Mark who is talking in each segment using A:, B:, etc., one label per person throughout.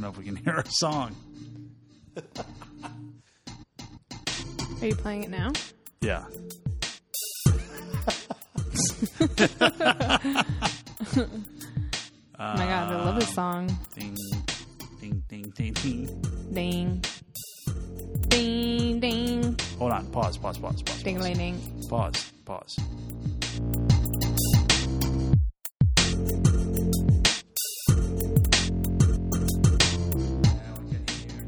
A: know if we can hear a song.
B: Are you playing it now?
A: Yeah.
B: oh my god, I love
A: Uh,
B: this song.
A: Ding, ding, ding, ding, ding.
B: Ding. Ding, ding.
A: Hold on. Pause, pause, pause, pause.
B: Ding,
A: pause.
B: ding, ding.
A: Pause. Pause.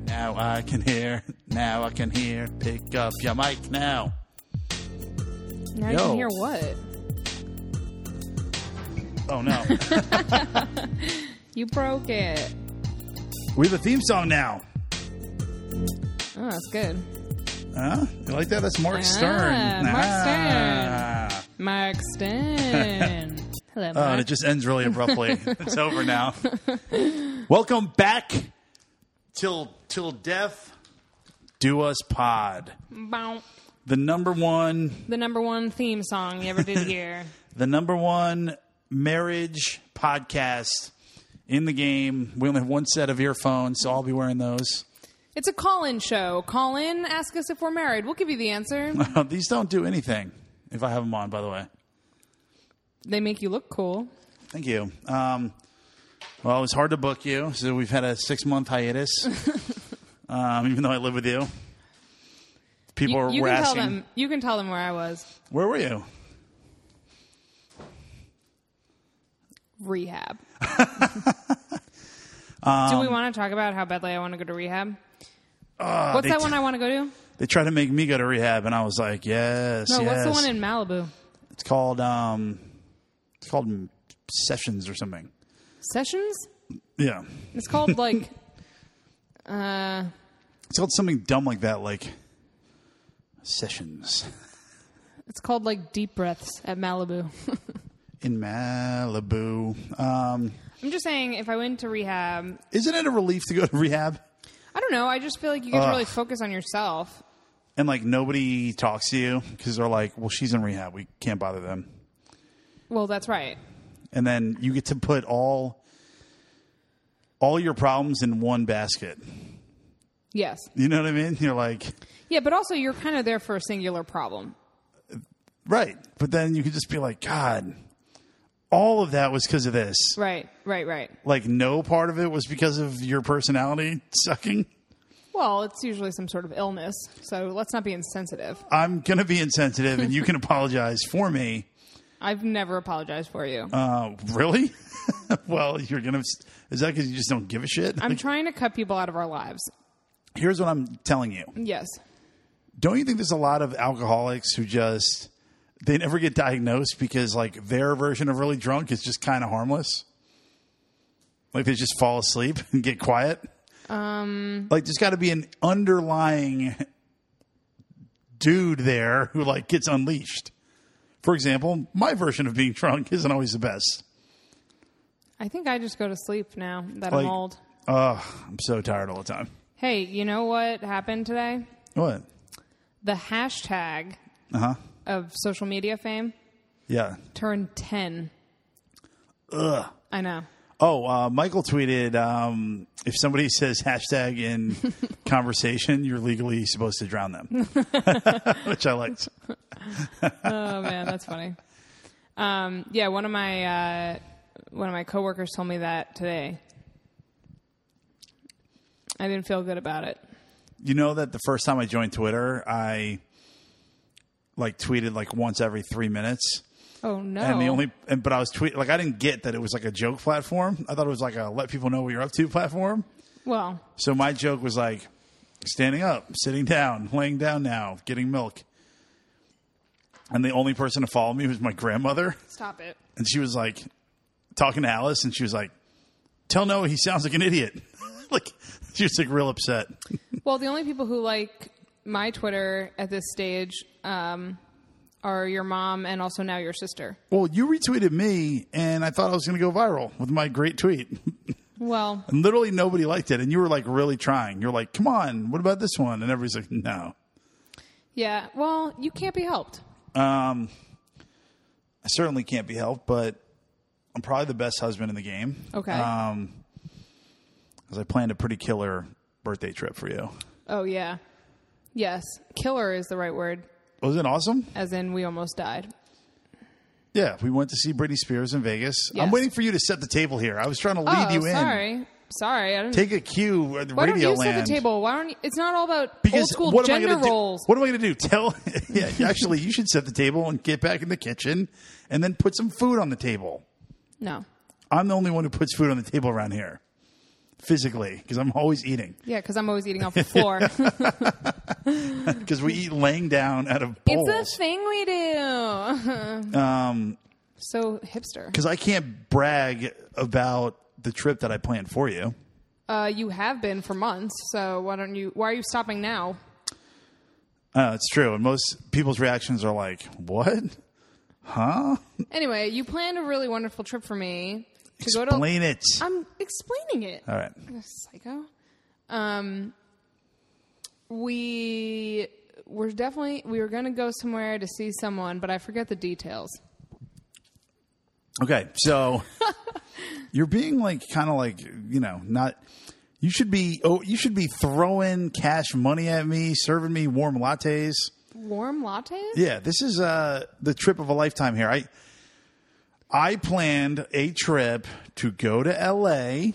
A: Now I can hear. Now I can hear. Pick up your mic now.
B: Now you
A: Yo.
B: can hear what?
A: Oh no.
B: You broke it.
A: we have a theme song now.
B: Oh, that's good.
A: Huh? You like that? That's Mark
B: Ah,
A: Stern.
B: Mark
A: Ah.
B: Mark Stan. Hello,
A: Oh, and
B: Mark.
A: it just ends really abruptly. it's over now. Welcome back till till death. Do us pod.
B: Bow.
A: The number one,
B: The number one theme song you ever did here.
A: the number one marriage podcast in the game. We only have one set of earphones, so I'll be wearing those.
B: It's a call in show. Call in, ask us if we're married. We'll give you the answer.
A: These don't do anything if I have them on. By the way,
B: they make you look cool.
A: thank you. Um, well, it was hard to book you, so we've had a six month hiatus. um, even though I live with you, people
B: You,
A: were,
B: you
A: were
B: can
A: asking.
B: tell them. You can tell them where I was.
A: Where were you?
B: Rehab. Do
A: Um,
B: we want to talk about how badly I want to go to rehab? What's
A: Uh, they
B: that
A: t-
B: one I want to go to?
A: They tried to make me go to rehab, and I was like, "Yes,
B: No, what's
A: yes."
B: the one in Malibu?
A: it's called um, it's called mm, sessions or something.
B: Sessions?
A: Yeah,
B: It's called like uh
A: it's called something dumb like that, like sessions
B: it's called like deep breaths at Malibu.
A: in Malibu. Um,
B: I'm just saying if I went to rehab,
A: isn't it a relief to go to rehab
B: I don't know, I just feel like you get to really focus on yourself.
A: and like nobody talks to you because they're like, "Well, she's in rehab. We can't bother them."
B: Well, that's right.
A: And then you get to put all all your problems in one basket.
B: Yes.
A: You know what I mean? You're like.
B: Yeah, but also you're kind of there for a singular problem.
A: Right. But then you could just be like, God, all of that was because of this.
B: Right, right, right.
A: Like, no part of it was because of your personality sucking.
B: Well, it's usually some sort of illness, so let's not be insensitive.
A: I'm going to be insensitive and you can apologize for me.
B: I've never apologized for you.
A: Uh, really? well, you're going to. Is that because you just don't give a shit?
B: I'm trying to cut people out of our lives.
A: Here's what I'm telling you.
B: Yes.
A: Don't you think there's a lot of alcoholics who just. They never get diagnosed because, like, their version of really drunk is just kind of harmless. Like, they just fall asleep and get quiet. like there's got to be an underlying dude there who like gets unleashed. For example, my version of being drunk isn't always the best.
B: I think I just go to sleep now that
A: Like-
B: I'm old.
A: Ugh, I'm so tired all the time.
B: Hey, you know what happened today?
A: What?
B: The hashtag
A: Uh huh.
B: of social media fame
A: Yeah.
B: turned 10. Ugh. I know.
A: Oh, uh, Michael tweeted um, if somebody says hashtag in conversation, you're legally supposed to drown them, which I liked.
B: Oh man, that's funny. Um, yeah, one of my uh, one of my coworkers told me that today. I didn't feel good about it.
A: You know that the first time I joined Twitter, I like tweeted like once every three minutes.
B: Oh no.
A: And the only, and, but I was tweet like I didn't get that it was like a joke platform. I thought it was like a let people know what you're up to platform.
B: well,
A: So my joke was like standing up, sitting down, laying down now, getting milk. And the only person to follow me was my grandmother,
B: stop it.
A: and she was like talking to Alice, and she was like, "Tell Noah he sounds like an idiot." like she was like real upset.
B: Well, the only people who like my Twitter at this stage um, are your mom and also now your sister.
A: Well, you retweeted me, and I thought I was going to go viral with my great tweet.
B: Well,
A: And literally nobody liked it. And you were like really trying. You're like, come on, what about this one? And everybody's like, no.
B: yeah. Well, you can't be helped.
A: I certainly can't Um,
B: Oh.
A: be helped, but I'm probably the best husband in the game.
B: Okay.
A: Um, Because I planned a pretty killer birthday trip for you.
B: Oh yeah. Yes. Killer is the right word,
A: Was it awesome?
B: as in we almost died.
A: Yeah, we went to see Britney Spears in Vegas. I'm
B: Yes.
A: waiting for you to set the table here. I was trying to lead
B: oh,
A: you in.
B: sorry. Sorry. I didn't
A: Take a cue at the
B: Why
A: radio
B: don't you
A: land.
B: set the table? Why don't you, it's not all about
A: Because
B: old school
A: what am I
B: gender
A: gonna do-
B: roles.
A: What am I going to do? Tell yeah. Actually, you should set the table and get back in the kitchen, and then put some food on the table.
B: No.
A: I'm the only one who puts food on the table around here, physically, because I'm always eating.
B: Yeah, because I'm always eating off the floor.
A: Because we eat laying down out of bowls.
B: it's a thing we do. um, so hipster.
A: Because I can't brag about the trip that I planned for you.
B: Uh, you have been for months, so why don't you? Why are you stopping now?
A: Uh, it's true, and most people's reactions are like, "What?
B: Anyway, you planned a really wonderful trip for me to go to.
A: Explain it."
B: I'm explaining it.
A: All right.
B: Psycho. Um, we were definitely we were going to go somewhere to see someone, but I forget the details.
A: Okay, so you're being like kind of like you know not. You should be oh you should be throwing cash money at me, serving me warm lattes.
B: Warm lattes.
A: Yeah, this is uh the trip of a lifetime here. I I planned a trip to go to L.A.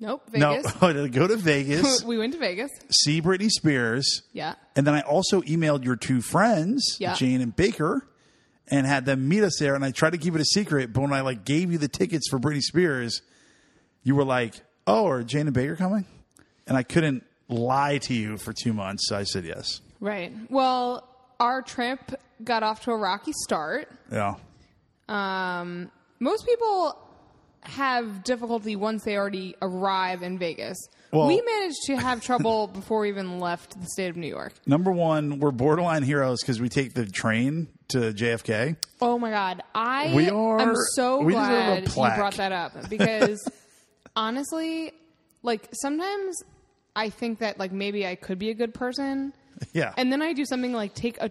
B: Nope. Vegas.
A: No, to go to Vegas,
B: we went to Vegas.
A: see Britney Spears,
B: Yeah.
A: and then I also emailed your two friends,
B: Yeah.
A: Jane and Baker, and had them meet us there. And I tried to keep it a secret, but when I like gave you the tickets for Britney Spears, you were like, "Oh, are Jane and Baker coming?" And I couldn't lie to you for two months, so I said yes.
B: Right. Well, our trip got off to a rocky start.
A: Yeah,
B: Um, most people have difficulty once they already arrive in Vegas.
A: Well-
B: we managed to have trouble before we even left the state of New York.
A: number one, we're borderline heroes because we take the train to JFK.
B: Oh my God. I
A: We are-
B: am so
A: we deserve a
B: glad you
A: plaque.
B: brought that up because honestly, like sometimes I think that like maybe I could be a good person.
A: Yeah,
B: And then I do something like take a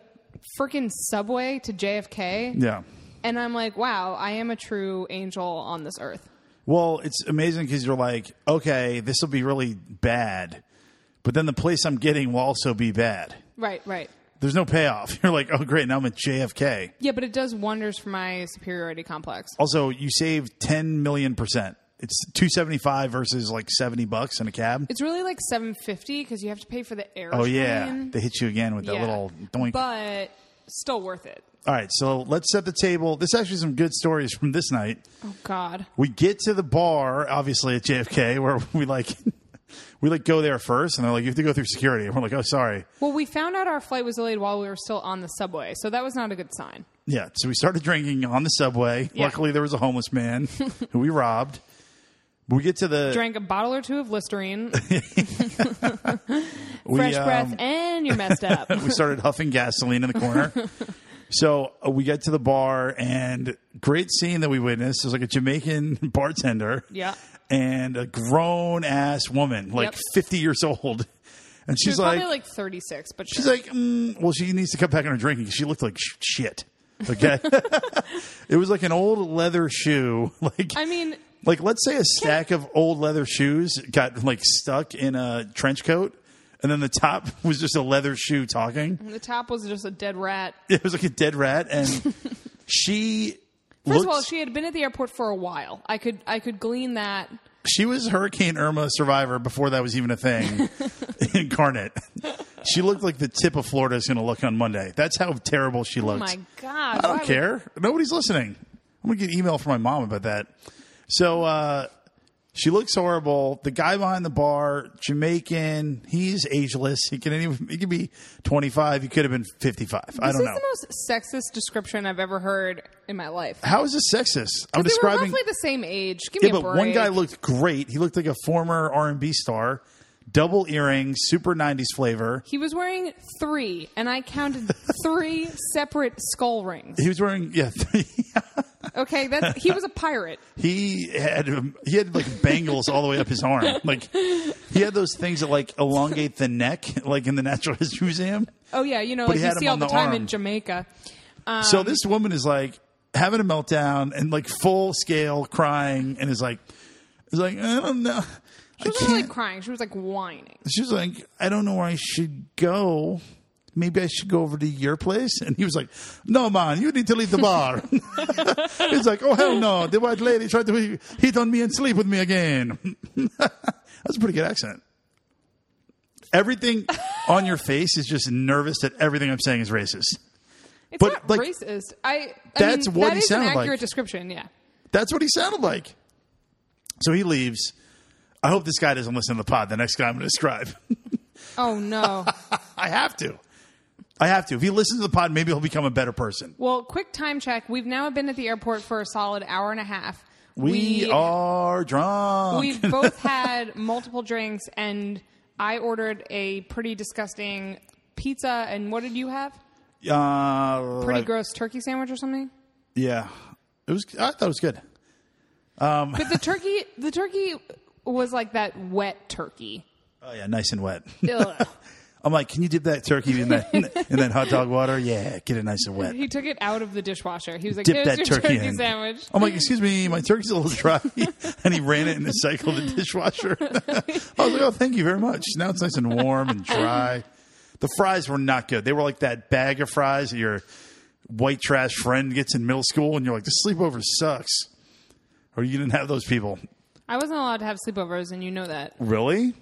B: freaking subway to JFK.
A: yeah.
B: And I'm like, wow, I am a true angel on this earth.
A: Well, it's amazing because you're like, okay, this will be really bad, but then the place I'm getting will also be bad.
B: Right, right.
A: There's no payoff. You're like, oh, great, now I'm at JFK.
B: Yeah, but it does wonders for my superiority complex.
A: Also, you save 10 million percent. It's 275 versus like 70 bucks in a cab.
B: It's really like 750 because you have to pay for the airplane.
A: Oh, yeah. They hit you again with that
B: Yeah.
A: little doink.
B: But still worth it.
A: All right, so let's set the table. This actually some good stories from this night.
B: Oh, God.
A: We get to the bar, obviously at JFK, where we like we like go there first, and they're like, you have to go through security. And we're like, oh, sorry.
B: Well, we found out our flight was delayed while we were still on the subway, so that was not a good sign.
A: Yeah, so we started drinking on the subway.
B: Yeah.
A: Luckily, there was a homeless man who we robbed. We get to the
B: Drank a bottle or two of Listerine,
A: we,
B: fresh breath,
A: um,
B: and you're messed up.
A: we started huffing gasoline in the corner. so uh, we get to the bar, and great scene that we witnessed. There's like a Jamaican bartender,
B: Yeah.
A: and a grown ass woman, like
B: Yep.
A: 50 years old, and
B: she
A: she's
B: was
A: like,
B: probably like 36, but
A: she's like, mm, well, she needs to cut back on her drinking. 'cause She looked like sh- shit. Okay, it was like an old leather shoe, like.
B: I mean,
A: like let's say a stack of old leather shoes got like stuck in a trench coat and then the top was just a leather shoe talking
B: the top was just a dead rat.
A: it was like a dead rat and she
B: First
A: looked,
B: of all, she had been at the airport for a while. I could I could glean that.
A: she was hurricane irma survivor before that was even a thing incarnate she looked like the tip of florida is going to look on monday that's how terrible she looked
B: Oh My God,
A: I don't care. Nobody's listening. I'm gonna get an email from my mom about that. So uh, she looks horrible. The guy behind the bar, Jamaican. He's ageless. He can any, he could be 25. He could have been 55. I
B: This
A: don't
B: is
A: know.
B: the most sexist description I've ever heard in my life.
A: How is this sexist? I'm
B: They were
A: describing.
B: roughly the same age. Give
A: Yeah,
B: me a
A: but
B: break.
A: one guy looked great. He looked like a former R&B star. Double earrings, super 90s flavor.
B: he was wearing three, and I counted three separate skull rings.
A: He was wearing yeah.
B: Okay, that's he was a pirate.
A: He had um, he had like bangles all the way up his arm. Like he had those things that like elongate the neck, like in the Natural History Museum.
B: Oh yeah, you know,
A: he
B: like
A: had
B: you see
A: him
B: all
A: on
B: the,
A: the
B: time
A: arm.
B: in Jamaica.
A: so this woman is like having a meltdown and like full scale crying, and is like, is like I don't know.
B: She
A: I
B: wasn't really
A: can't-
B: crying. She was like whining.
A: She was like, I don't know where I should go. Maybe I should go over to your place. And he was like, No, man, you need to leave the bar. He's like, Oh, hell no. The white lady tried to hit on me and sleep with me again. That's a pretty good accent. Everything on your face is just nervous that everything I'm saying is racist.
B: It's
A: But,
B: not
A: like,
B: racist. I, I
A: that's
B: mean,
A: what
B: that
A: he
B: is an
A: sounded like.
B: accurate description. Yeah.
A: That's what he sounded like. So he leaves. I hope this guy doesn't listen to the pod. The next guy I'm going to describe.
B: Oh no.
A: I have to. I have to. If he listens to the pod, maybe he'll become a better person.
B: well, quick time check. We've now been at the airport for a solid hour and a half.
A: We, are drunk.
B: We've both had multiple drinks, and I ordered a pretty disgusting pizza. And what did you have?
A: uh,
B: Pretty
A: like-
B: gross turkey sandwich or something.
A: Yeah, it was. I thought it was good.
B: But the turkey, the turkey was like that wet turkey.
A: Oh yeah, nice and wet.
B: Ugh.
A: I'm like, can you dip that turkey in that in that hot dog water? Yeah, get it nice and wet.
B: he took it out of the dishwasher. He was like,
A: Dip
B: "There's
A: that
B: your
A: turkey,
B: turkey,
A: in. Oh.
B: sandwich."
A: I'm like, excuse me, my turkey's a little dry, and he ran it in the cycle of the dishwasher. I was like, oh, thank you very much. Now it's nice and warm and dry. The fries were not good. They were like that bag of fries that your white trash friend gets in middle school, and you're like, this sleepover sucks. Or you didn't have those people.
B: I wasn't allowed to have sleepovers, and you know that.
A: Really?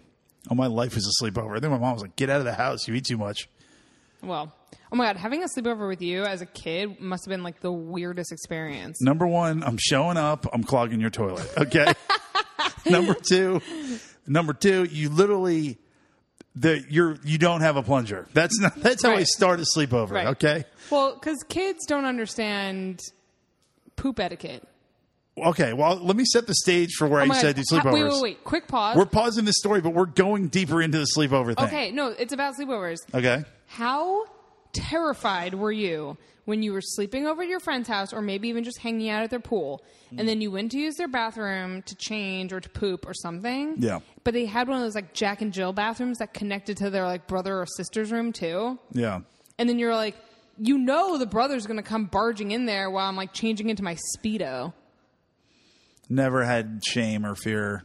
A: Oh, my life is a sleepover. And then my mom was like, get out of the house. You eat too much.
B: Well, oh my god, having a sleepover with you as a kid must have been like the weirdest experience.
A: Number one, I'm showing up. I'm clogging your toilet. Okay. number two, number two, you literally the you're you don't have a plunger. That's not that's how I
B: Right.
A: start a sleepover.
B: Right.
A: Okay.
B: Well, because kids don't understand poop etiquette.
A: Okay. Well, let me set the stage for where
B: Oh
A: I
B: my
A: said do
B: God.
A: sleepovers.
B: Ha- Wait, wait, wait! Quick pause.
A: We're pausing this story, but we're going deeper into the sleepover thing.
B: okay, no, it's about sleepovers.
A: Okay.
B: How terrified were you when you were sleeping over at your friend's house or maybe even just hanging out at their pool
A: Mm.
B: and then you went to use their bathroom to change or to poop or something?
A: Yeah.
B: But they had one of those like Jack and Jill bathrooms that connected to their like brother or sister's room too.
A: Yeah.
B: And then you're like, you know the brother's going to come barging in there while I'm like changing into my Speedo.
A: Never had shame or fear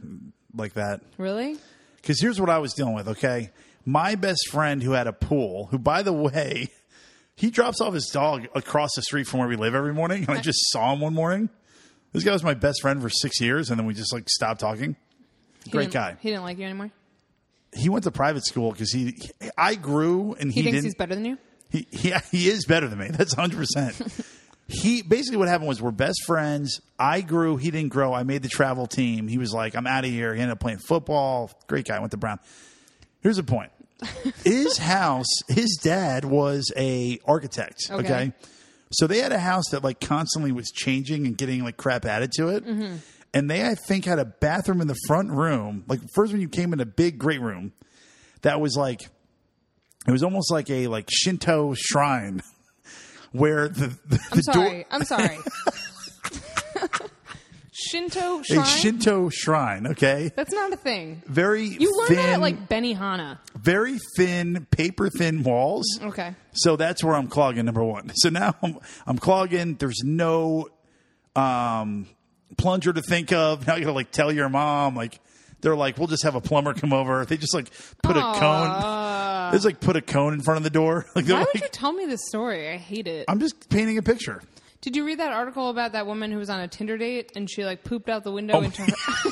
A: like that.
B: Really?
A: Because here's what I was dealing with, okay? My best friend who had a pool, who, by the way, he drops off his dog across the street from where we live every morning. And I just saw him one morning. This guy was my best friend for six years, and then we just like stopped talking.
B: He
A: Great
B: didn't-
A: guy.
B: He didn't like you anymore.
A: He went to private school because he, I grew and
B: He,
A: he,
B: thinks
A: didn't.
B: he's better than you?
A: He, he, he is better than me. That's 100%. he basically what happened was we're best friends. I grew, he didn't grow. I made the travel team. He was like, I'm out of here. He ended up playing football. Great guy, went to Brown. Here's the point. his house, his dad was a architect, okay?
B: Okay.
A: So they had a house that like constantly was changing and getting like crap added to it. And they I think had a bathroom in the front room. Like first when you came in a big great room that was like it was almost like a like Shinto shrine where the the,
B: I'm
A: the
B: sorry. I'm sorry. Shinto
A: door
B: shrine?
A: a Shinto shrine, okay?
B: That's not a thing.
A: Very
B: You learn
A: thin,
B: that at like Benihana.
A: very thin paper thin walls.
B: Okay.
A: So that's where I'm clogging number 1. So now I'm, I'm clogging there's no um plunger to think of. Now you got to like tell your mom like they're like we'll just have a plumber come over. They just like put a cone
B: Aw.
A: They just like put a cone in front of the door. Like they're
B: Why would
A: like
B: you tell me this story? I hate it.
A: I'm just painting a picture.
B: Did you read that article about that woman who was on a Tinder date and she like pooped out the
A: Oh
B: window into her?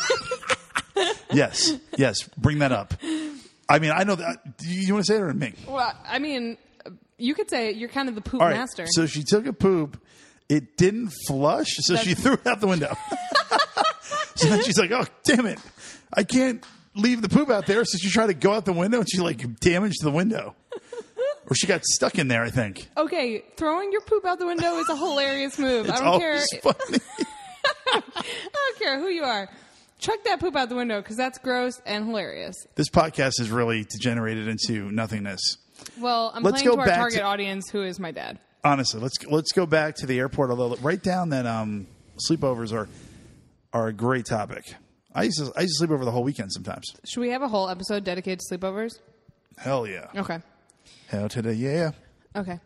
A: Yes, yes. Bring that up. I mean, I know that. Do you, want to say it or me?
B: well, I mean, you could say you're kind of the poop
A: All right.
B: master.
A: So she took a poop. It didn't flush, so she threw it out the window. so then she's like, "Oh, damn it! I can't leave the poop out there." So she tried to go out the window, and she like damaged the window, or she got stuck in there. I think
B: okay, throwing your poop out the window is a hilarious move. I
A: it's
B: don't care.
A: always funny.
B: I don't care who you are. Chuck that poop out the window because that's gross and hilarious.
A: this podcast is really degenerated into nothingness.
B: Well, I'm
A: Let's
B: playing
A: go
B: to our
A: back
B: target
A: to-
B: audience, who is my dad.
A: honestly, let's let's go back to the airport. Although, write down that um, sleepovers are are a great topic. I used to I used to sleep over the whole weekend sometimes.
B: Should we have a whole episode dedicated to sleepovers?
A: Hell yeah,
B: Okay.
A: hell to the yeah.
B: Okay.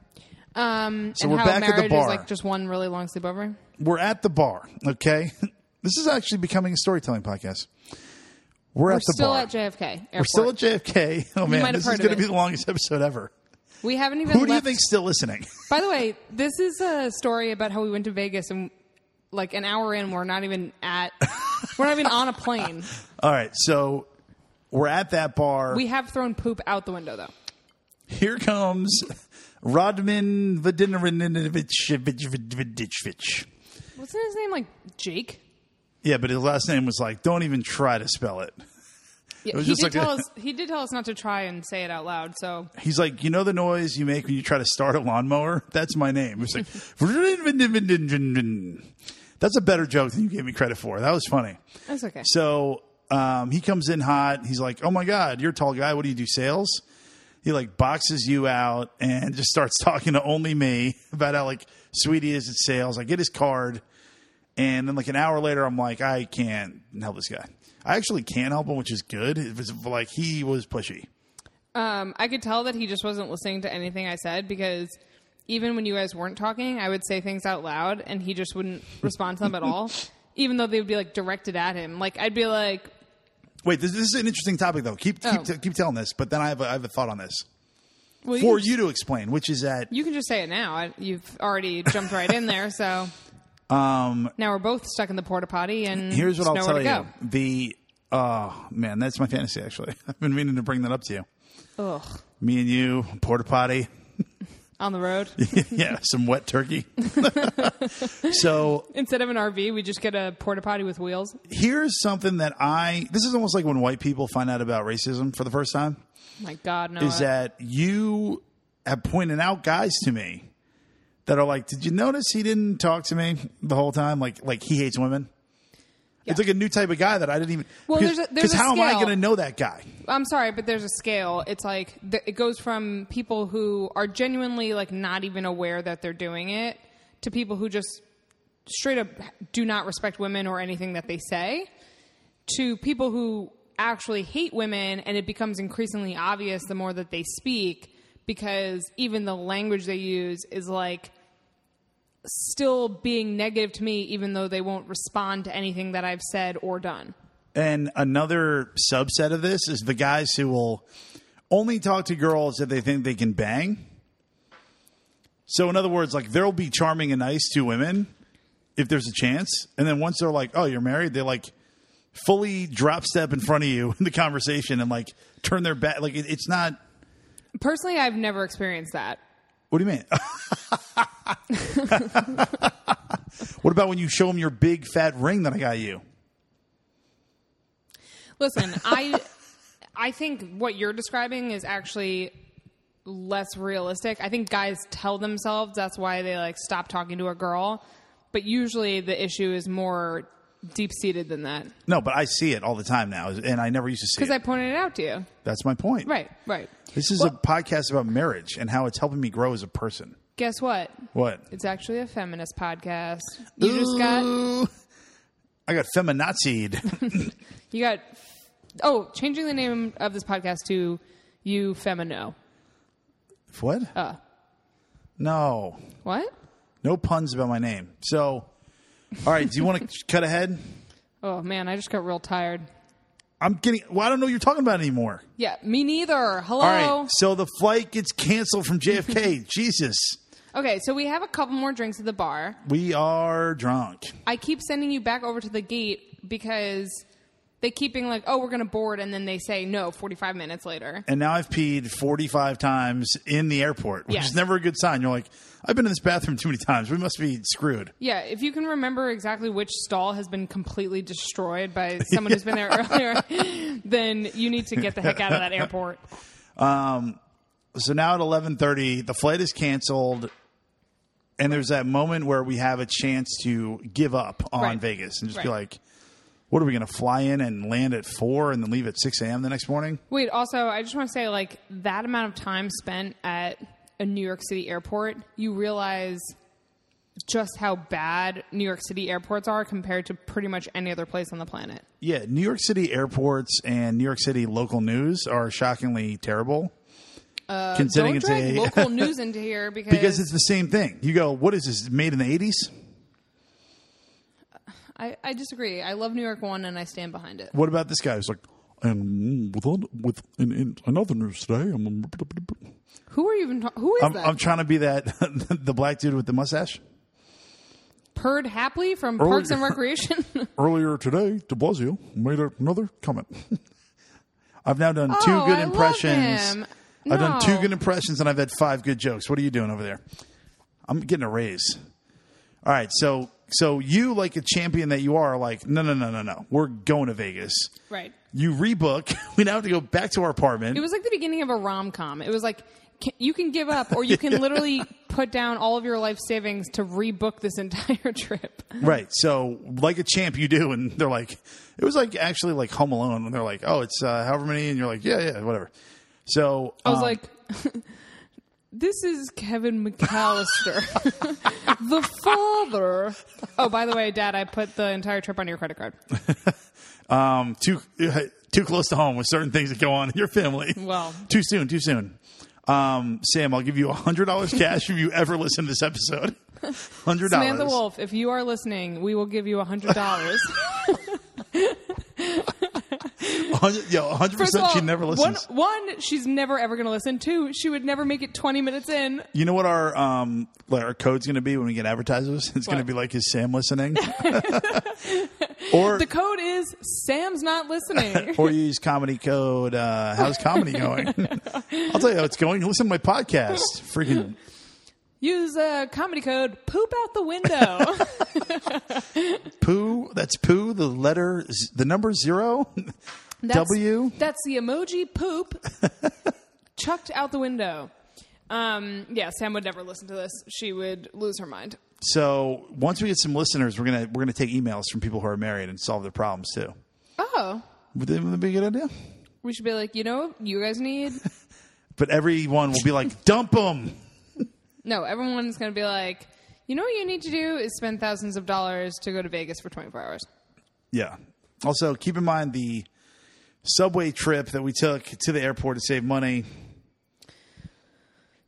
B: Um,
A: So
B: and
A: we're
B: how
A: back at the
B: marriage
A: bar.
B: is like just one really long sleepover.
A: We're at the bar. Okay, this is actually becoming a storytelling podcast. We're,
B: We're
A: at the
B: still
A: bar.
B: at JFK. Airport.
A: We're still at JFK. Oh man,
B: might have
A: this
B: heard
A: is
B: of
A: going to
B: it.
A: be the longest episode ever.
B: we haven't even.
A: Who do you
B: left-
A: think's still listening?
B: By the way, this is a story about how we went to Vegas and like an hour in, we're not even at. We're not even on a plane.
A: All right, so we're at that bar.
B: We have thrown poop out the window though.
A: Here comes Rodman Vadinarinovich.
B: Wasn't his name like Jake?
A: Yeah, but his last name was like, don't even try to spell it.
B: Yeah,
A: was
B: he
A: just like
B: did
A: a-
B: tell us. He did tell us not to try and say it out loud. So
A: He's like, you know the noise you make when you try to start a lawnmower? That's my name. It's like, that's a better joke than you gave me credit for. That was funny.
B: that's okay.
A: So um, he comes in hot. He's like, "Oh my god, you're a tall guy. What do you do? Sales?" He like boxes you out and just starts talking to only me about how like sweet he is at sales. I get his card, and then like an hour later, I'm like, I can't help this guy. I actually can help him, which is good. It was like he was pushy.
B: Um, I could tell that he just wasn't listening to anything I said because even when you guys weren't talking, I would say things out loud and he just wouldn't respond to them at all, even though they would be like directed at him. Like I'd be like,
A: Wait, this, this is an interesting topic though. Keep
B: Oh.
A: keep, t- keep telling this, but then I have a, I have a thought on this
B: well,
A: for
B: you,
A: you to explain, which is that
B: you can just say it now. I, you've already jumped right in there, so um, now we're both stuck in the porta potty and
A: Here's what
B: just
A: I'll
B: nowhere
A: tell
B: to
A: you. The oh man, that's my fantasy actually. I've been meaning to bring that up to you.
B: go. Ugh,
A: Me and you, porta potty.
B: on the road
A: yeah, some wet turkey. so
B: instead of an RV, we just get a porta potty with wheels.
A: here's something that I this is almost like when white people find out about racism for the first time.
B: My God, no!
A: Is that you have pointed out guys to me that are like, Did you notice he didn't talk to me the whole time? Like like he hates women. It's like a new type of guy that I didn't even.
B: Well,
A: because-
B: there's a- there's
A: 'cause
B: a
A: how am I
B: scale.
A: going to know that guy?
B: I'm sorry, but there's a scale. It's like th- it goes from people who are genuinely like not even aware that they're doing it to people who just straight up do not respect women or anything that they say to people who actually hate women and it becomes increasingly obvious the more that they speak because even the language they use is like still being negative to me even though they won't respond to anything that I've said or done.
A: And another subset of this is the guys who will only talk to girls if they think they can bang. So, in other words, like they'll be charming and nice to women if there's a chance. And then once they're like, oh, you're married, they like fully drop step in front of you in the conversation and like turn their back. Like, it, it's not.
B: Personally, I've never experienced that.
A: What do you mean? what about when you show them your big fat ring that I got you?
B: Listen, I I think what you're describing is actually less realistic. I think guys tell themselves that's why they like stop talking to a girl, but usually the issue is more deep seated than that.
A: No, but I see it all the time now, and I never used to see
B: Because
A: it.
B: I pointed it out to you.
A: That's my point.
B: Right, right.
A: This is a podcast about marriage and how it's helping me grow as a person.
B: Guess what?
A: What?
B: It's actually a feminist podcast. You just got
A: Ooh. I got feminazied.
B: you got oh, changing the name of this podcast to you femino.
A: what?
B: Uh.
A: No.
B: What?
A: No puns about my name. So, all right, do you want to cut ahead?
B: Oh man, I just got real tired.
A: I'm getting, well, I don't know what you're talking about anymore.
B: Yeah, me neither. Hello.
A: All right, so the flight gets canceled from JFK. Jesus,
B: Okay, so we have a couple more drinks at the bar.
A: we are drunk.
B: I keep sending you back over to the gate because they keep being like, "Oh, we're gonna board," and then they say no 45 minutes later.
A: And now I've peed 45 times in the airport, which
B: Yes.
A: is never a good sign. You're like, I've been in this bathroom too many times. We must be screwed.
B: Yeah, if you can remember exactly which stall has been completely destroyed by someone who's been there earlier, then you need to get the heck out of that airport.
A: so now at 11:30 the flight is canceled and there's that moment where we have a chance to give up on
B: Right.
A: Vegas and just be
B: Right.
A: like what are we going to fly in and land at 4 and then leave at 6 a.m. the next morning
B: Wait, also, I just want to say, like, that amount of time spent at a New York City airport, you realize just how bad New York City airports are compared to pretty much any other place on the planet.
A: yeah New York City airports and New York City local news are shockingly terrible uh, considering
B: Don't
A: it's
B: drag
A: a
B: local news into here because,
A: because it's the same thing you go what is this made in the 80s
B: I, I disagree. I love New York One and I stand behind it.
A: what about this guy who's like
C: And with, on- with in, in another news today, I'm
B: Who are you even? Ta- who is
A: I'm,
B: that?
A: I'm trying to be that the black dude with the mustache.
B: Perd Hapley from
C: Early-
B: Parks and Recreation.
C: earlier today. De Blasio made another comment.
A: I've now done two
B: Oh,
A: good
B: I love
A: impressions.
B: him.
A: I've done two
B: No.
A: good impressions and I've had five good jokes. What are you doing over there? I'm getting a raise. All right, so so you like a champion that you are like no no no no no. We're going to Vegas.
B: right.
A: You rebook. We now have to go back to our apartment.
B: It was like the beginning of a rom com. It was like can, you can give up, or you can literally put down all of your life savings to rebook this entire trip.
A: Right. So, like a champ, you do, and they're like, it was like actually like Home Alone when they're like, oh, it's uh, however many, and you're like, yeah, yeah, whatever. So
B: I was
A: um,
B: like, this is Kevin McAllister, the father. Oh, by the way, Dad, I put the entire trip on your credit card.
A: um, too too close to home with certain things that go on in your family.
B: Well.
A: too soon, too soon. Um, Sam, I'll give you hundred dollars cash if you ever listen to this episode. Hundred
B: Samantha
A: dollars.
B: Wolf, if you are listening, we will give you $100.
A: Yo, hundred
B: First of
A: percent. She
B: all,
A: never
B: one-
A: listens.
B: One, she's never ever going to listen. Two, she would never make it 20 minutes in.
A: You know what our um like our code's going to be when we get advertisers? It's going to
B: What?
A: be like, is Sam listening? or
B: The code is Sam's not listening.
A: or you use comedy code. Uh, how's comedy going? I'll tell you how it's going. Listen to my podcast. Freaking
B: Use uh, comedy code poop out the window.
A: poo. That's poo. The letter, z- the number zero.
B: That's-
A: W?
B: That's the emoji poop chucked out the window. Um, yeah, Sam would never listen to this. She would lose her mind.
A: So once we get some listeners, we're gonna we're gonna take emails from people who are married and solve their problems too.
B: Oh,
A: Would that would that be a good idea?
B: we should be like, you know, you guys need.
A: But everyone will be like, dump them.
B: No, everyone's going to be like, you know what you need to do is spend thousands of dollars to go to Vegas for 24 hours.
A: Yeah. Also, keep in mind the subway trip that we took to the airport to save money,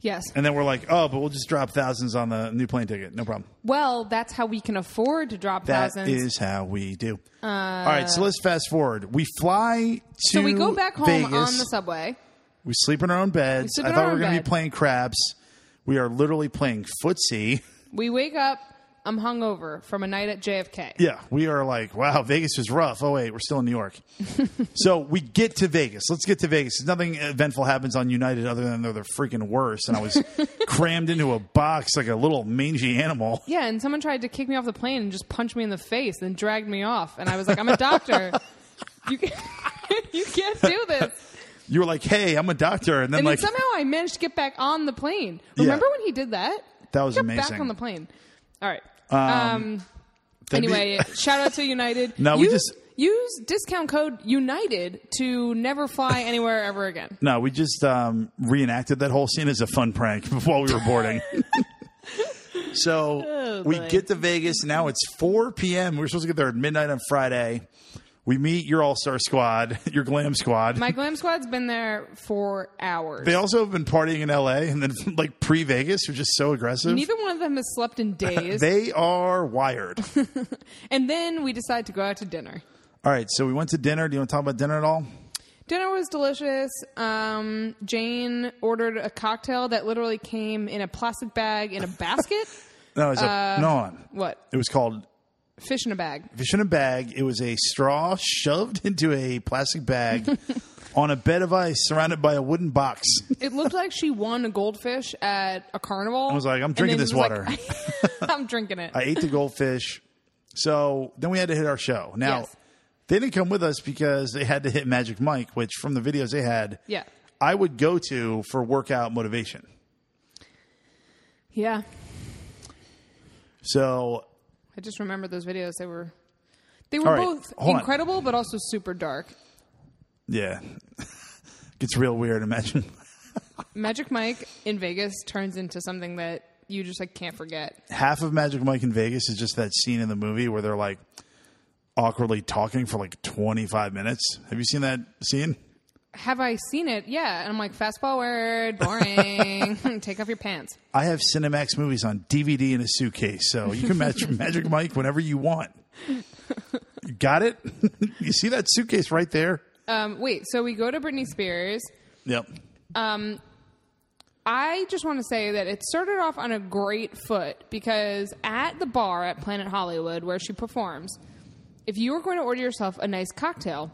B: Yes.
A: and then we're like, oh, but we'll just drop thousands on the new plane ticket. No problem.
B: Well, that's how we can afford to drop
A: That is
B: thousands. Uh,
A: how we do. All right, so let's fast forward. We fly to
B: so we go back home
A: Vegas.
B: on the subway.
A: We sleep in our own beds.
B: sleep
A: I
B: in
A: thought
B: our
A: we were
B: own
A: going to
B: bed.
A: be playing craps. We are literally playing footsie.
B: We wake up. I'm hungover from a night at JFK.
A: Yeah, we are like, wow, Vegas was rough. Oh wait, we're still in New York. so we get to Vegas. Let's get to Vegas. Nothing eventful happens on United other than they're the freaking worst. And I was crammed into a box like a little mangy animal.
B: Yeah, and someone tried to kick me off the plane and just punched me in the face and dragged me off. And I was like, I'm a doctor. you, can't, you can't do this.
A: You were like, hey, I'm a doctor, and then
B: And
A: like
B: then somehow I managed to get back on the plane.
A: Yeah.
B: Remember when he did that?
A: That was
B: Got
A: amazing.
B: back on the plane. All right. Um,
A: that'd be-
B: anyway, shout out to United.
A: No, we
B: use,
A: just-
B: use discount code United to never fly anywhere ever again.
A: No, we just um, reenacted that whole scene as a fun prank while we were boarding. so
B: Oh,
A: we
B: boy.
A: get to Vegas. Now it's 4 p.m. We were supposed to get there at midnight on Friday. We meet your all star squad, your glam squad.
B: My glam squad's been there for hours.
A: they also have been partying in LA and then like pre Vegas, which is so aggressive.
B: Neither one of them has slept in days.
A: they are wired.
B: and then we decide to go out to dinner.
A: all right, so we went to dinner. Do you want to talk about dinner at all?
B: Dinner was delicious. Um, Jane ordered a cocktail that literally came in a plastic bag in a basket.
A: No, it's a
B: Uh,
A: no.
B: what?
A: It was called
B: Fish in a bag.
A: fish in a bag. It was a straw shoved into a plastic bag on a bed of ice surrounded by a wooden box.
B: It looked like she won a goldfish at a carnival. I
A: was like, I'm drinking this water.
B: I'm drinking it.
A: I ate the goldfish. So then we had to hit our show. Now,
B: Yes.
A: they didn't come with us because they had to hit Magic Mike, which from the videos they had,
B: yeah.
A: I would go to for workout motivation.
B: Yeah.
A: So
B: I just remember those videos. They were they
A: All
B: were
A: right.
B: both
A: Hold on.
B: incredible but also super dark.
A: yeah, gets real weird. Imagine
B: Magic Mike in Vegas turns into something that you just like can't forget.
A: half of Magic Mike in Vegas is just that scene in the movie where they're like awkwardly talking for like 25 minutes. Have you seen that scene?
B: Have I seen it? Yeah. And I'm like, fast forward, boring. Take off your pants.
A: I have Cinemax movies on DVD in a suitcase, so you can match Magic Mike whenever you want. You got it? you see that suitcase right there?
B: Um, wait, so we go to Britney Spears.
A: Yep.
B: I just want to say that it started off on a great foot because at the bar at Planet Hollywood where she performs, if you are going to order yourself a nice cocktail,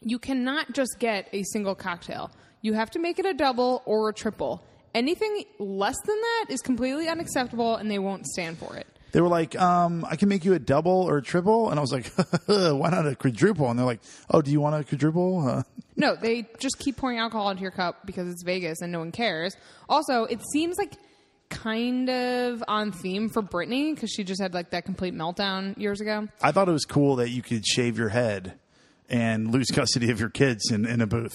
B: you cannot just get a single cocktail. You have to make it a double or a triple. Anything less than that is completely unacceptable and they won't stand for it.
A: They were like, um, I can make you a double or a triple. And I was like, why not a quadruple? And they're like, oh, do you want a quadruple? Uh,
B: No, they just keep pouring alcohol into your cup because it's Vegas and no one cares. Also, it seems like kind of on theme for Britney because she just had like that complete meltdown years ago.
A: I thought it was cool that you could shave your head and lose custody of your kids in, in a booth.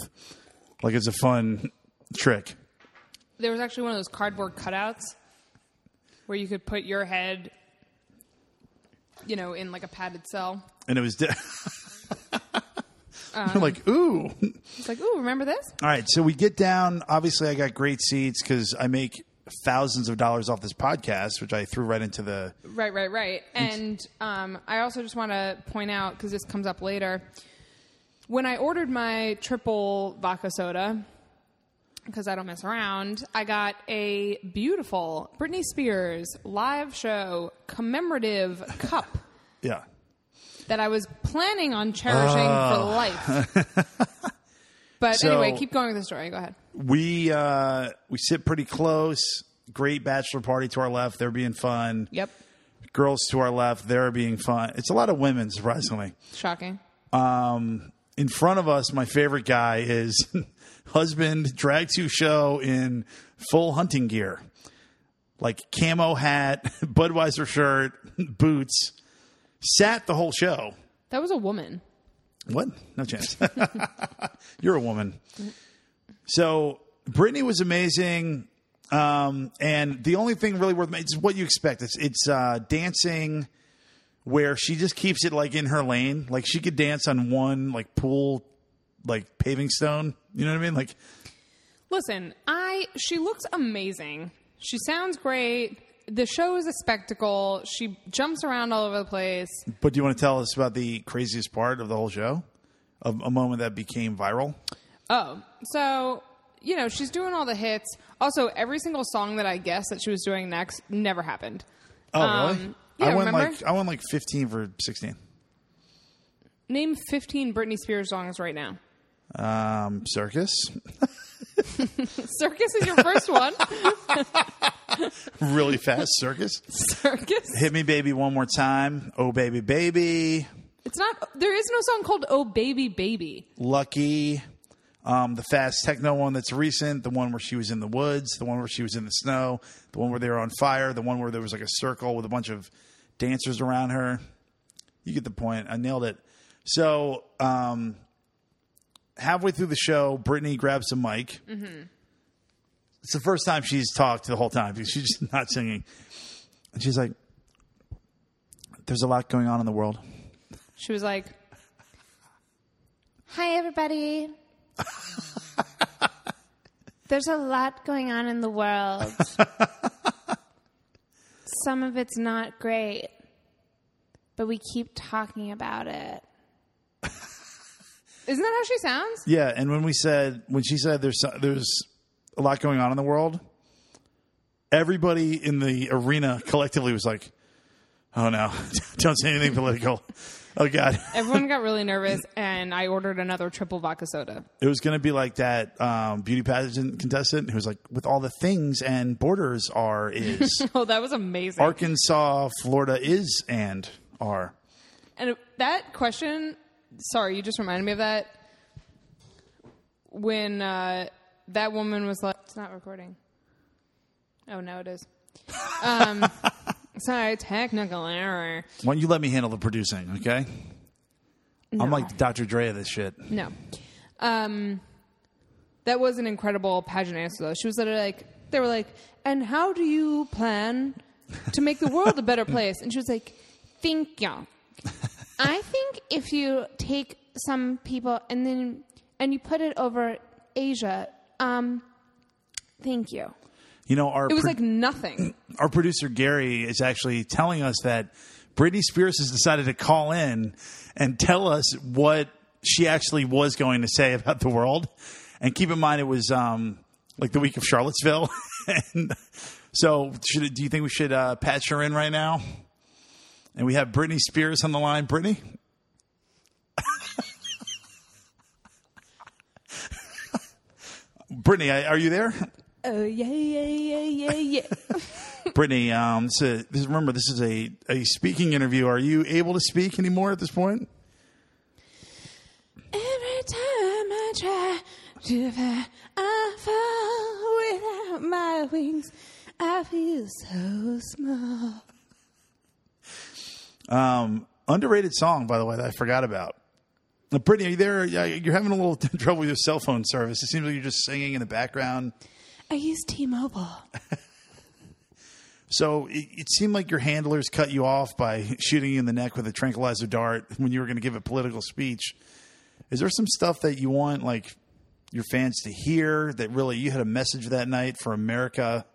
A: Like it's a fun trick.
B: There was actually one of those cardboard cutouts where you could put your head, you know, in like a padded cell.
A: And it was de- like, ooh.
B: It's like, ooh, remember this?
A: All right, so we get down. Obviously, I got great seats because I make thousands of dollars off this podcast, which I threw right into the.
B: Right, right, right. And um, I also just want to point out because this comes up later. When I ordered my triple vodka soda, because I don't mess around, I got a beautiful Britney Spears live show commemorative cup
A: Yeah.
B: that I was planning on cherishing for life. but
A: So-
B: anyway, keep going with the story. Go ahead.
A: We uh, we sit pretty close. Great bachelor party to our left. They're being fun.
B: Yep.
A: Girls to our left. They're being fun. It's a lot of women, surprisingly.
B: Shocking.
A: Um, in front of us, my favorite guy is husband drag to show in full hunting gear, like camo hat, Budweiser shirt, boots. Sat the whole show.
B: That was a woman.
A: What? No chance. You're a woman. So Brittany was amazing. Um, and the only thing really worth it's what you expect. It's it's uh, dancing where she just keeps it like in her lane. Like she could dance on one like pool like paving stone. You know what I mean? Like
B: Listen, I she looks amazing. She sounds great. The show is a spectacle. She jumps around all over the place.
A: but do you want to tell us about the craziest part of the whole show? Of a moment that became viral?
B: Oh, so you know she's doing all the hits. Also, every single song that I guessed that she was doing next never happened.
A: Oh
B: Um, yeah,
A: I went
B: remember?
A: like I went like fifteen for sixteen.
B: Name fifteen Britney Spears songs right now.
A: Um circus.
B: Circus is your first one.
A: really fast circus.
B: Circus.
A: Hit me, baby, one more time. Oh, baby, baby.
B: It's not. There is no song called "Oh Baby Baby."
A: Lucky. Um, the fast techno one that's recent. The one where she was in the woods. The one where she was in the snow. The one where they were on fire. The one where there was like a circle with a bunch of dancers around her. You get the point. I nailed it. So, um, halfway through the show, Brittany grabs a mic. It's the first time she's talked the whole time because she's just not singing. And she's like, There's a lot going on in the world.
B: She was like, Hi, everybody. There's a lot going on in the world. Some of it's not great, but we keep talking about it. Isn't that how she sounds?
A: Yeah, and when we said when she said there's so- there's a lot going on in the world, everybody in the arena collectively was like, "Oh no, don't say anything political." Oh god,
B: Everyone got really nervous, and I ordered another triple vodka soda.
A: it was going to be like that um, beauty pageant contestant who was like, "With all the things and borders are is
B: Oh, that was amazing.
A: Arkansas, Florida is and are."
B: And that question, sorry, you just reminded me of that. When uh, that woman was like, it's not recording. Oh, no, it is. Um, sorry, technical error.
A: Why don't you let me handle the producing? Okay, I'm like Dr. Dre of this shit.
B: No. Um, that was an incredible pageant answer, though. She was literally like, they were like, and how do you plan to make the world a better place? And she was like, think, yeah.
D: I think if you take some people and then and you put it over Asia, um, thank you.
A: You know, our
B: It was like nothing.
A: our producer Gary is actually telling us that Britney Spears has decided to call in and tell us what she actually was going to say about the world. And keep in mind, it was um, like the week of Charlottesville. and so, should, do you think we should uh, patch her in right now? And we have Britney Spears on the line. Britney? Brittany, I- are you there?
D: Oh yeah, yeah, yeah, yeah, yeah.
A: Brittany, um, this is this, remember, this is a, a speaking interview. Are you able to speak anymore at this point?
D: Every time I try to fly, I fall without my wings. I feel so small.
A: Underrated song, by the way, that I forgot about. Now, Brittany, are you there? Yeah, You're having a little trouble with your cell phone service. It seems like you're just singing in the background.
D: I use T-Mobile.
A: So it, it seemed like your handlers cut you off by shooting you in the neck with a tranquilizer dart when you were going to give a political speech. Is there some stuff that you want like your fans to hear that really you had a message that night for America?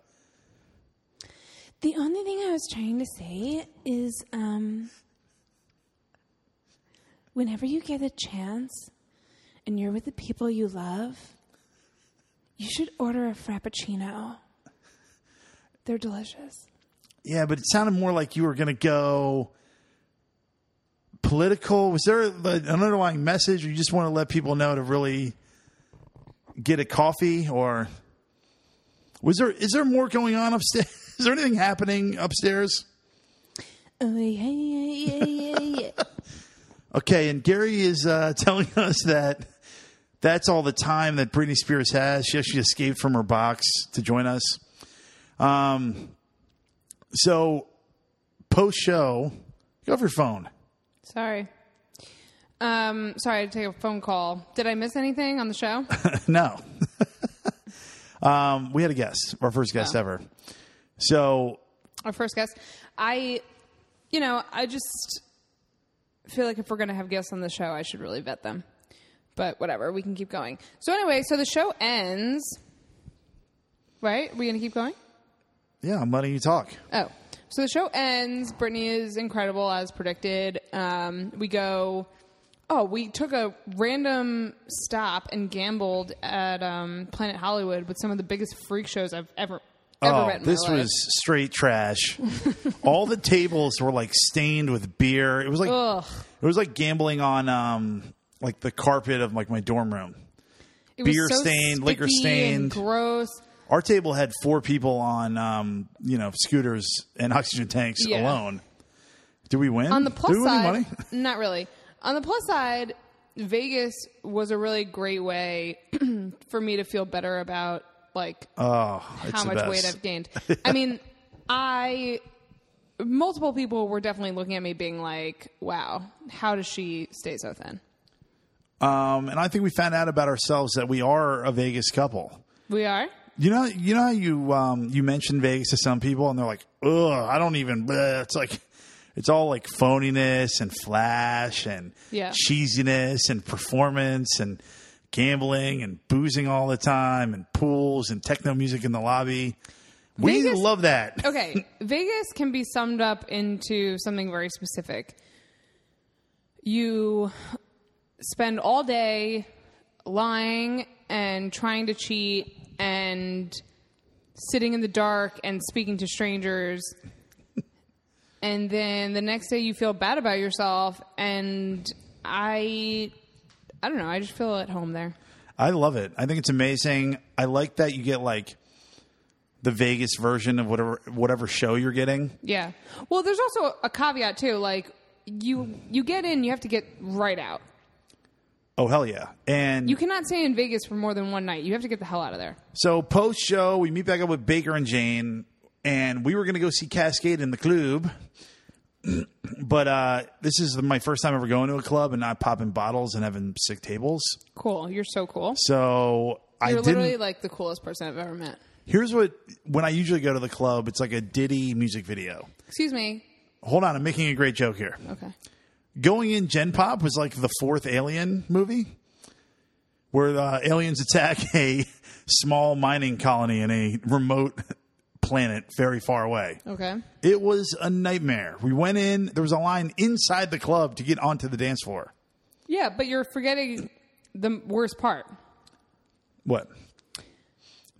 D: The only thing I was trying to say is um, whenever you get a chance and you're with the people you love, you should order a Frappuccino. They're delicious.
A: Yeah, but it sounded more like you were going to go political. Was there like, an underlying message, or you just want to let people know to really get a coffee, or was there is there more going on upstairs? Is there anything happening upstairs?
D: Oh, yeah, yeah, yeah, yeah, yeah.
A: Okay, and Gary is uh, telling us that that's all the time that Britney Spears has. She actually escaped from her box to join us. Um, so post show, go off your phone.
B: Sorry. Um, sorry, I had to take a phone call. Did I miss anything on the show?
A: No. um, we had a guest, our first
B: Oh.
A: guest ever. So
B: Our first guest. I, you know, I just feel like if we're going to have guests on the show, I should really vet them. But whatever, we can keep going. So anyway, so the show ends. Right? We going to keep going?
A: yeah, I'm letting you talk.
B: Oh, so the show ends. Brittany is incredible as predicted. Um, we go. Oh, we took a random stop and gambled at um, Planet Hollywood with some of the biggest freak shows I've ever ever
A: Oh,
B: met. In
A: this
B: my life.
A: was straight trash. All the tables were like stained with beer. It was like
B: Ugh.
A: it was like gambling on um like the carpet of like my dorm room.
B: It was
A: beer
B: so
A: stained, liquor
B: sticky and
A: stained.
B: gross.
A: Our table had four people on um you know scooters and oxygen tanks
B: Yeah.
A: alone. Did we win?
B: On the plus
A: Did we win
B: side,
A: any money?
B: not really. On the plus side, Vegas was a really great way for me to feel better about like
A: Oh, it's
B: how
A: the
B: much
A: best.
B: weight I've gained. I mean, I multiple people were definitely looking at me being like, "Wow, how does she stay so thin?"
A: Um, and I think we found out about ourselves that we are a Vegas couple.
B: We are.
A: You know, you know how you um, you mentioned Vegas to some people, and they're like, "Ugh, I don't even." bleh." It's like, it's all like phoniness and flash and
B: Yeah.
A: cheesiness and performance and gambling and boozing all the time and pools and techno music in the lobby. We
B: Vegas-
A: love that.
B: Okay, Vegas can be summed up into something very specific. You spend all day lying and trying to cheat and sitting in the dark and speaking to strangers. And then the next day you feel bad about yourself and I I don't know, I just feel at home there.
A: I love it. I think it's amazing. I like that you get like the Vegas version of whatever whatever show you're getting.
B: Yeah. Well, there's also a caveat too, like you you get in, you have to get right out.
A: Oh hell yeah! And
B: You cannot stay in Vegas for more than one night. You have to get the hell out of there.
A: So post show, we meet back up with Baker and Jane, and we were going to go see Cascade in the club. but uh, this is my first time ever going to a club and not popping bottles and having sick tables.
B: Cool. You're so cool.
A: So I
B: You're
A: didn't.
B: literally like the coolest person I've ever met.
A: Here's what when I usually go to the club, it's like a Diddy music video.
B: Excuse me.
A: Hold on, I'm making a great joke here.
B: Okay.
A: Going in Gen Pop was like the fourth Alien movie, where the aliens attack a small mining colony in a remote planet very far away.
B: Okay.
A: It was a nightmare. We went in, there was a line inside the club to get onto the dance floor.
B: Yeah, but you're forgetting the worst part.
A: What?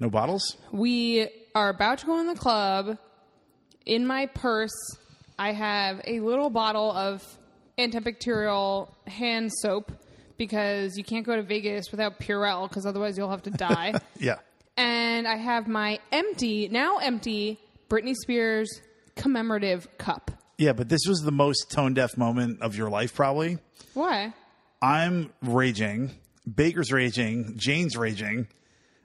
A: No bottles?
B: We are about to go in the club. In my purse, I have a little bottle of antibacterial hand soap because you can't go to Vegas without Purell because otherwise you'll have to die.
A: Yeah.
B: and I have my empty, now empty, Britney Spears commemorative cup.
A: Yeah, but this was the most tone deaf moment of your life, probably.
B: Why?
A: I'm raging, Baker's raging, Jane's raging,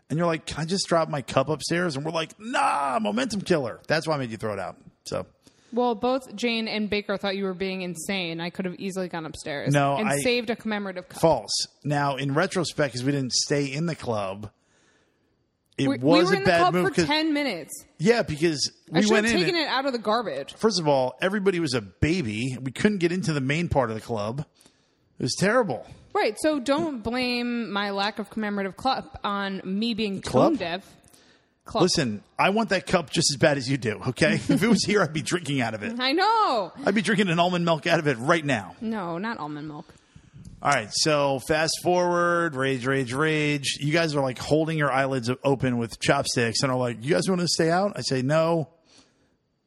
A: and you're like, Can I just drop my cup upstairs? And we're like, nah, momentum killer. That's why I made you throw it out. So
B: Well, both Jane and Baker thought you were being insane. I could have easily gone upstairs
A: No,
B: and
A: I-
B: saved a commemorative cup.
A: false. Now, in retrospect, because we didn't stay in the club, it
B: We, we
A: was
B: were in
A: a
B: the
A: bad
B: club
A: move.
B: for
A: 'cause-
B: ten minutes.
A: Yeah, because
B: I
A: we
B: should
A: went
B: have
A: in.
B: taken
A: and-
B: it out of the garbage.
A: First of all, everybody was a baby. We couldn't get into the main part of the club. It was terrible.
B: Right. So don't blame my lack of commemorative club on me being
A: Club?
B: tone deaf. Club.
A: Listen, I want that cup just as bad as you do, okay? if it was here, I'd be drinking out of it.
B: I know.
A: I'd be drinking an almond milk out of it right now.
B: No, not almond milk.
A: All right, so fast forward, rage, rage, rage. You guys are like holding your eyelids open with chopsticks and are like, you guys want to stay out? I say, no.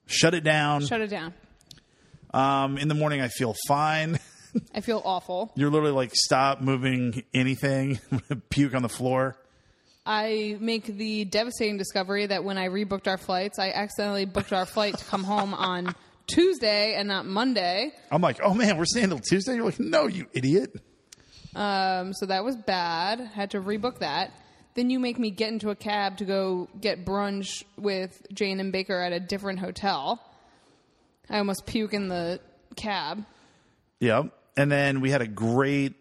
A: Shut it down.
B: Shut it down.
A: um, in the morning, I feel fine.
B: I feel awful.
A: You're literally like, stop moving anything, puke on the floor.
B: I make the devastating discovery that when I rebooked our flights, I accidentally booked our flight to come home on Tuesday and not Monday.
A: I'm like, oh man, we're staying till Tuesday. You're like, no, you idiot.
B: Um, so that was bad. Had to rebook that. Then you make me get into a cab to go get brunch with Jane and Baker at a different hotel. I almost puke in the cab.
A: Yep. And then we had a great,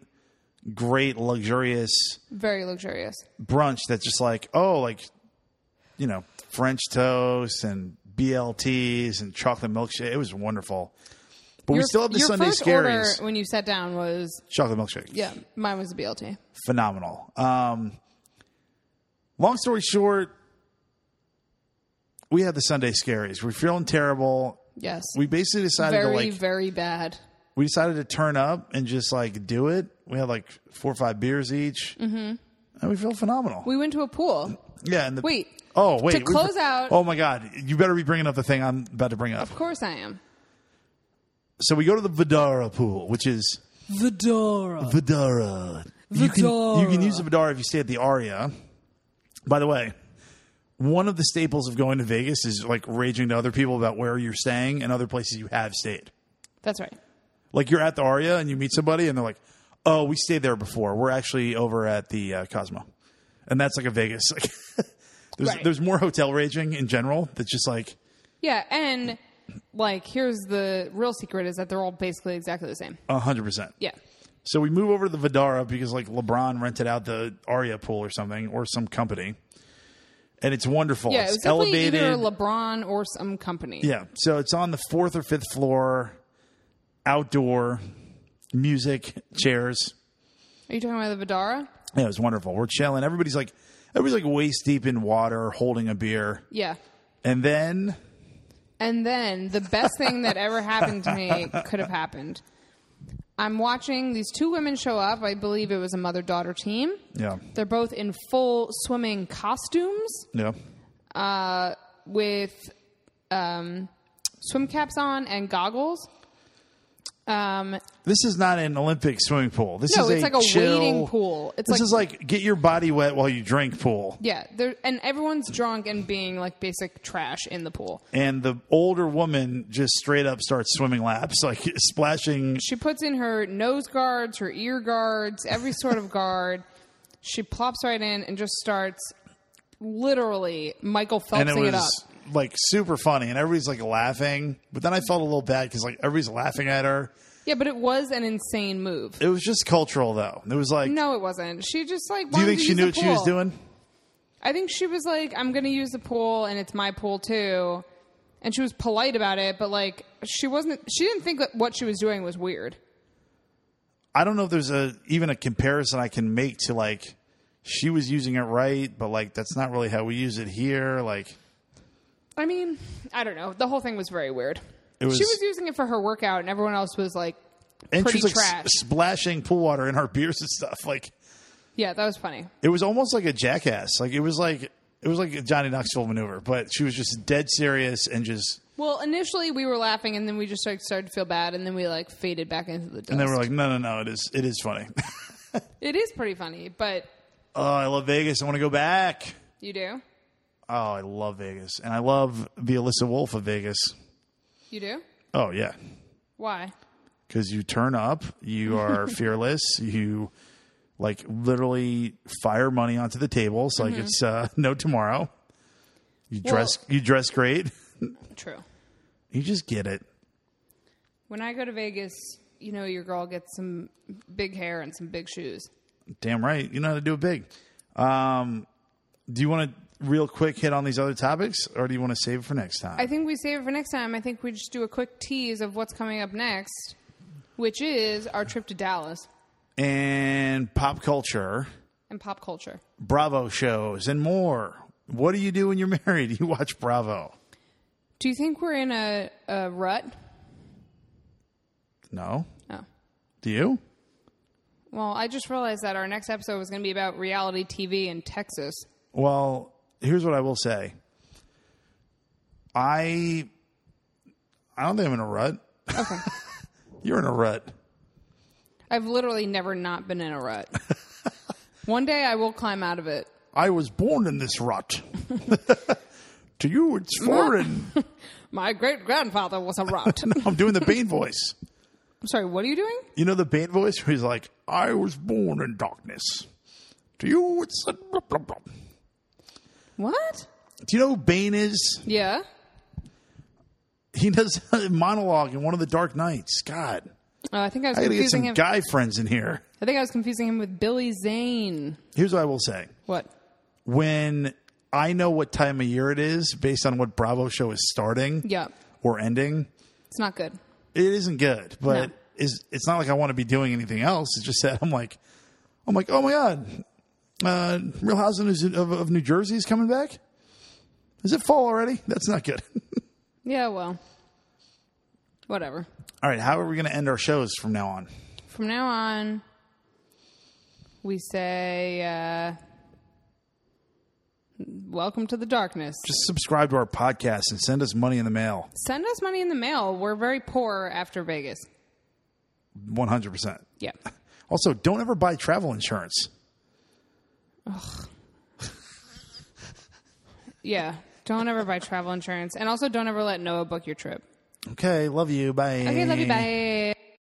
A: great luxurious
B: Very luxurious.
A: brunch that's just like, oh, like, you know, French toast and BLTs and chocolate milkshake. It was wonderful. But we still have the
B: your
A: Sunday
B: first
A: scaries.
B: order when you sat down was
A: chocolate milkshake.
B: yeah, mine was a BLT.
A: Phenomenal. Um, long story short, we had the Sunday scaries. We're feeling terrible.
B: Yes,
A: We basically decided
B: very
A: to like
B: very bad.
A: we decided to turn up and just like do it. We had like four or five beers each, mm-hmm. and we feel phenomenal.
B: We went to a pool.
A: yeah, and the,
B: Wait.
A: Oh wait.
B: To
A: we-
B: close out-
A: Oh my god, you better be bringing up the thing I'm about to bring up.
B: Of course, I am.
A: So we go to the Vidara pool, which is
B: Vidora.
A: Vidara. You can, you can
B: Vidara.
A: use the Vidara if you stay at the Aria. By the way, one of the staples of going to Vegas is like raging to other people about where you're staying and other places you have stayed.
B: That's right.
A: Like you're at the Aria and you meet somebody and they're like, "Oh, we stayed there before. We're actually over at the uh, Cosmo," and that's like a Vegas. Like, there's
B: Right.
A: there's more hotel raging in general. That's just like
B: Yeah, and like here's the real secret is that they're all basically exactly the same.
A: hundred percent.
B: Yeah.
A: So we move over to the Vidara because like LeBron rented out the Aria pool or something or some company, and it's wonderful.
B: Yeah, it
A: it's
B: was definitely
A: elevated.
B: either LeBron or some company.
A: yeah, so it's on the fourth or fifth floor, outdoor, music, chairs.
B: Are you talking about the Vidara?
A: Yeah, it was wonderful. We're chilling. Everybody's like, everybody's like waist deep in water, holding a beer,
B: Yeah.
A: and then
B: And then the best thing that ever happened to me could have happened. I'm watching these two women show up. I believe it was a mother daughter team.
A: yeah,
B: They're both in full swimming costumes
A: yeah,
B: uh, with um, swim caps on and goggles. Um,
A: this is not an Olympic swimming pool. This
B: No,
A: is
B: it's like a
A: chill-
B: wading pool. It's
A: this
B: like-
A: is like get your body wet while you drink pool.
B: yeah, they're- and everyone's drunk and being like basic trash in the pool.
A: and the older woman just straight up starts swimming laps, like splashing.
B: She puts in her nose guards, her ear guards, every sort of guard. She plops right in and just starts literally Michael
A: And it
B: Phelpsing it,
A: was
B: up.
A: like super funny, and everybody's like laughing. But then I felt a little bad because like everybody's laughing at her.
B: Yeah, but it was an insane move.
A: It was just cultural though. It was like,
B: No, it wasn't. She just like.
A: do you
B: wanted
A: think
B: to
A: she
B: use
A: knew
B: the
A: what she was
B: pool.
A: doing?
B: I think she was like, "I'm going to use the pool, and it's my pool too," and she was polite about it, but like she wasn't. She didn't think that what she was doing was weird.
A: I don't know if there's a even a comparison I can make to like she was using it right, but like that's not really how we use it here. Like
B: I mean, I don't know. The whole thing was very weird.
A: It was-
B: she was using it for her workout, and everyone else was like
A: and
B: pretty
A: she's like s-
B: trash.
A: splashing pool water in her beers and stuff. Like
B: yeah, that was funny.
A: it was almost like a jackass. Like it was like it was like a Johnny Knoxville maneuver, but she was just dead serious and just.
B: Well, initially we were laughing, and then we just like started to feel bad, and then we like faded back into the dust.
A: And they were like, no, no, no, it is it is funny.
B: it is pretty funny, but
A: oh, I love Vegas. I want to go back.
B: you do,
A: Oh, I love Vegas, and I love the Alyssa Wolf of Vegas.
B: you do.
A: Oh yeah,
B: Why?
A: because you turn up, you are fearless, you like literally fire money onto the table. So like it's uh, no tomorrow. You
B: Mm-hmm. Well-
A: dress you dress great.
B: True.
A: You just get it.
B: When I go to Vegas, you know your girl gets some big hair and some big shoes.
A: Damn right. You know how to do it big. Um, do you want to real quick hit on these other topics, or do you want to save it for next time?
B: I think we save it for next time. I think we just do a quick tease of what's coming up next, which is our trip to Dallas
A: and pop culture,
B: and pop culture.
A: Bravo shows, and more. What do you do when you're married? You watch Bravo.
B: Do you think we're in a, a rut?
A: No.
B: Oh.
A: Do you?
B: Well, I just realized that our next episode was going to be about reality TV in Texas.
A: Well, here's what I will say. I I don't think I'm in a rut.
B: Okay.
A: You're in a rut.
B: I've literally never not been in a rut. One day I will climb out of it.
A: I was born in this rut. to you, it's foreign.
B: My great grandfather was a rut. I'm
A: I'm doing the Bane voice.
B: sorry, what are you doing?
A: You know the Bane voice where he's like, I was born in darkness. To you, it's. A blah, blah, blah.
B: What?
A: Do you know who Bane is?
B: Yeah.
A: He does a monologue in one of the Dark Knights. God.
B: Oh, I think I was
A: I gotta get
B: confusing
A: some
B: him.
A: guy friends in here.
B: I think I was confusing him with Billy Zane.
A: Here's what I will say.
B: What?
A: when I know what time of year it is based on what Bravo show is starting
B: Yeah.
A: or ending,
B: It's not good.
A: it isn't good. But
B: No.
A: is it's not like I want to be doing anything else. It's just that I'm like, I'm like, oh my god, uh, Real Housewives of, of New Jersey is coming back. Is it fall already? That's not good.
B: Yeah, well. Whatever.
A: All right, how are we going to end our shows from now on?
B: From now on, we say, uh, welcome to the darkness.
A: Just subscribe to our podcast and send us money in the mail.
B: Send us money in the mail. We're very poor after Vegas.
A: One hundred percent.
B: Yeah.
A: Also, don't ever buy travel insurance.
B: Yeah. Don't ever buy travel insurance. And also, don't ever let Noah book your trip.
A: Okay, love you. Bye.
B: Okay, love you. Bye.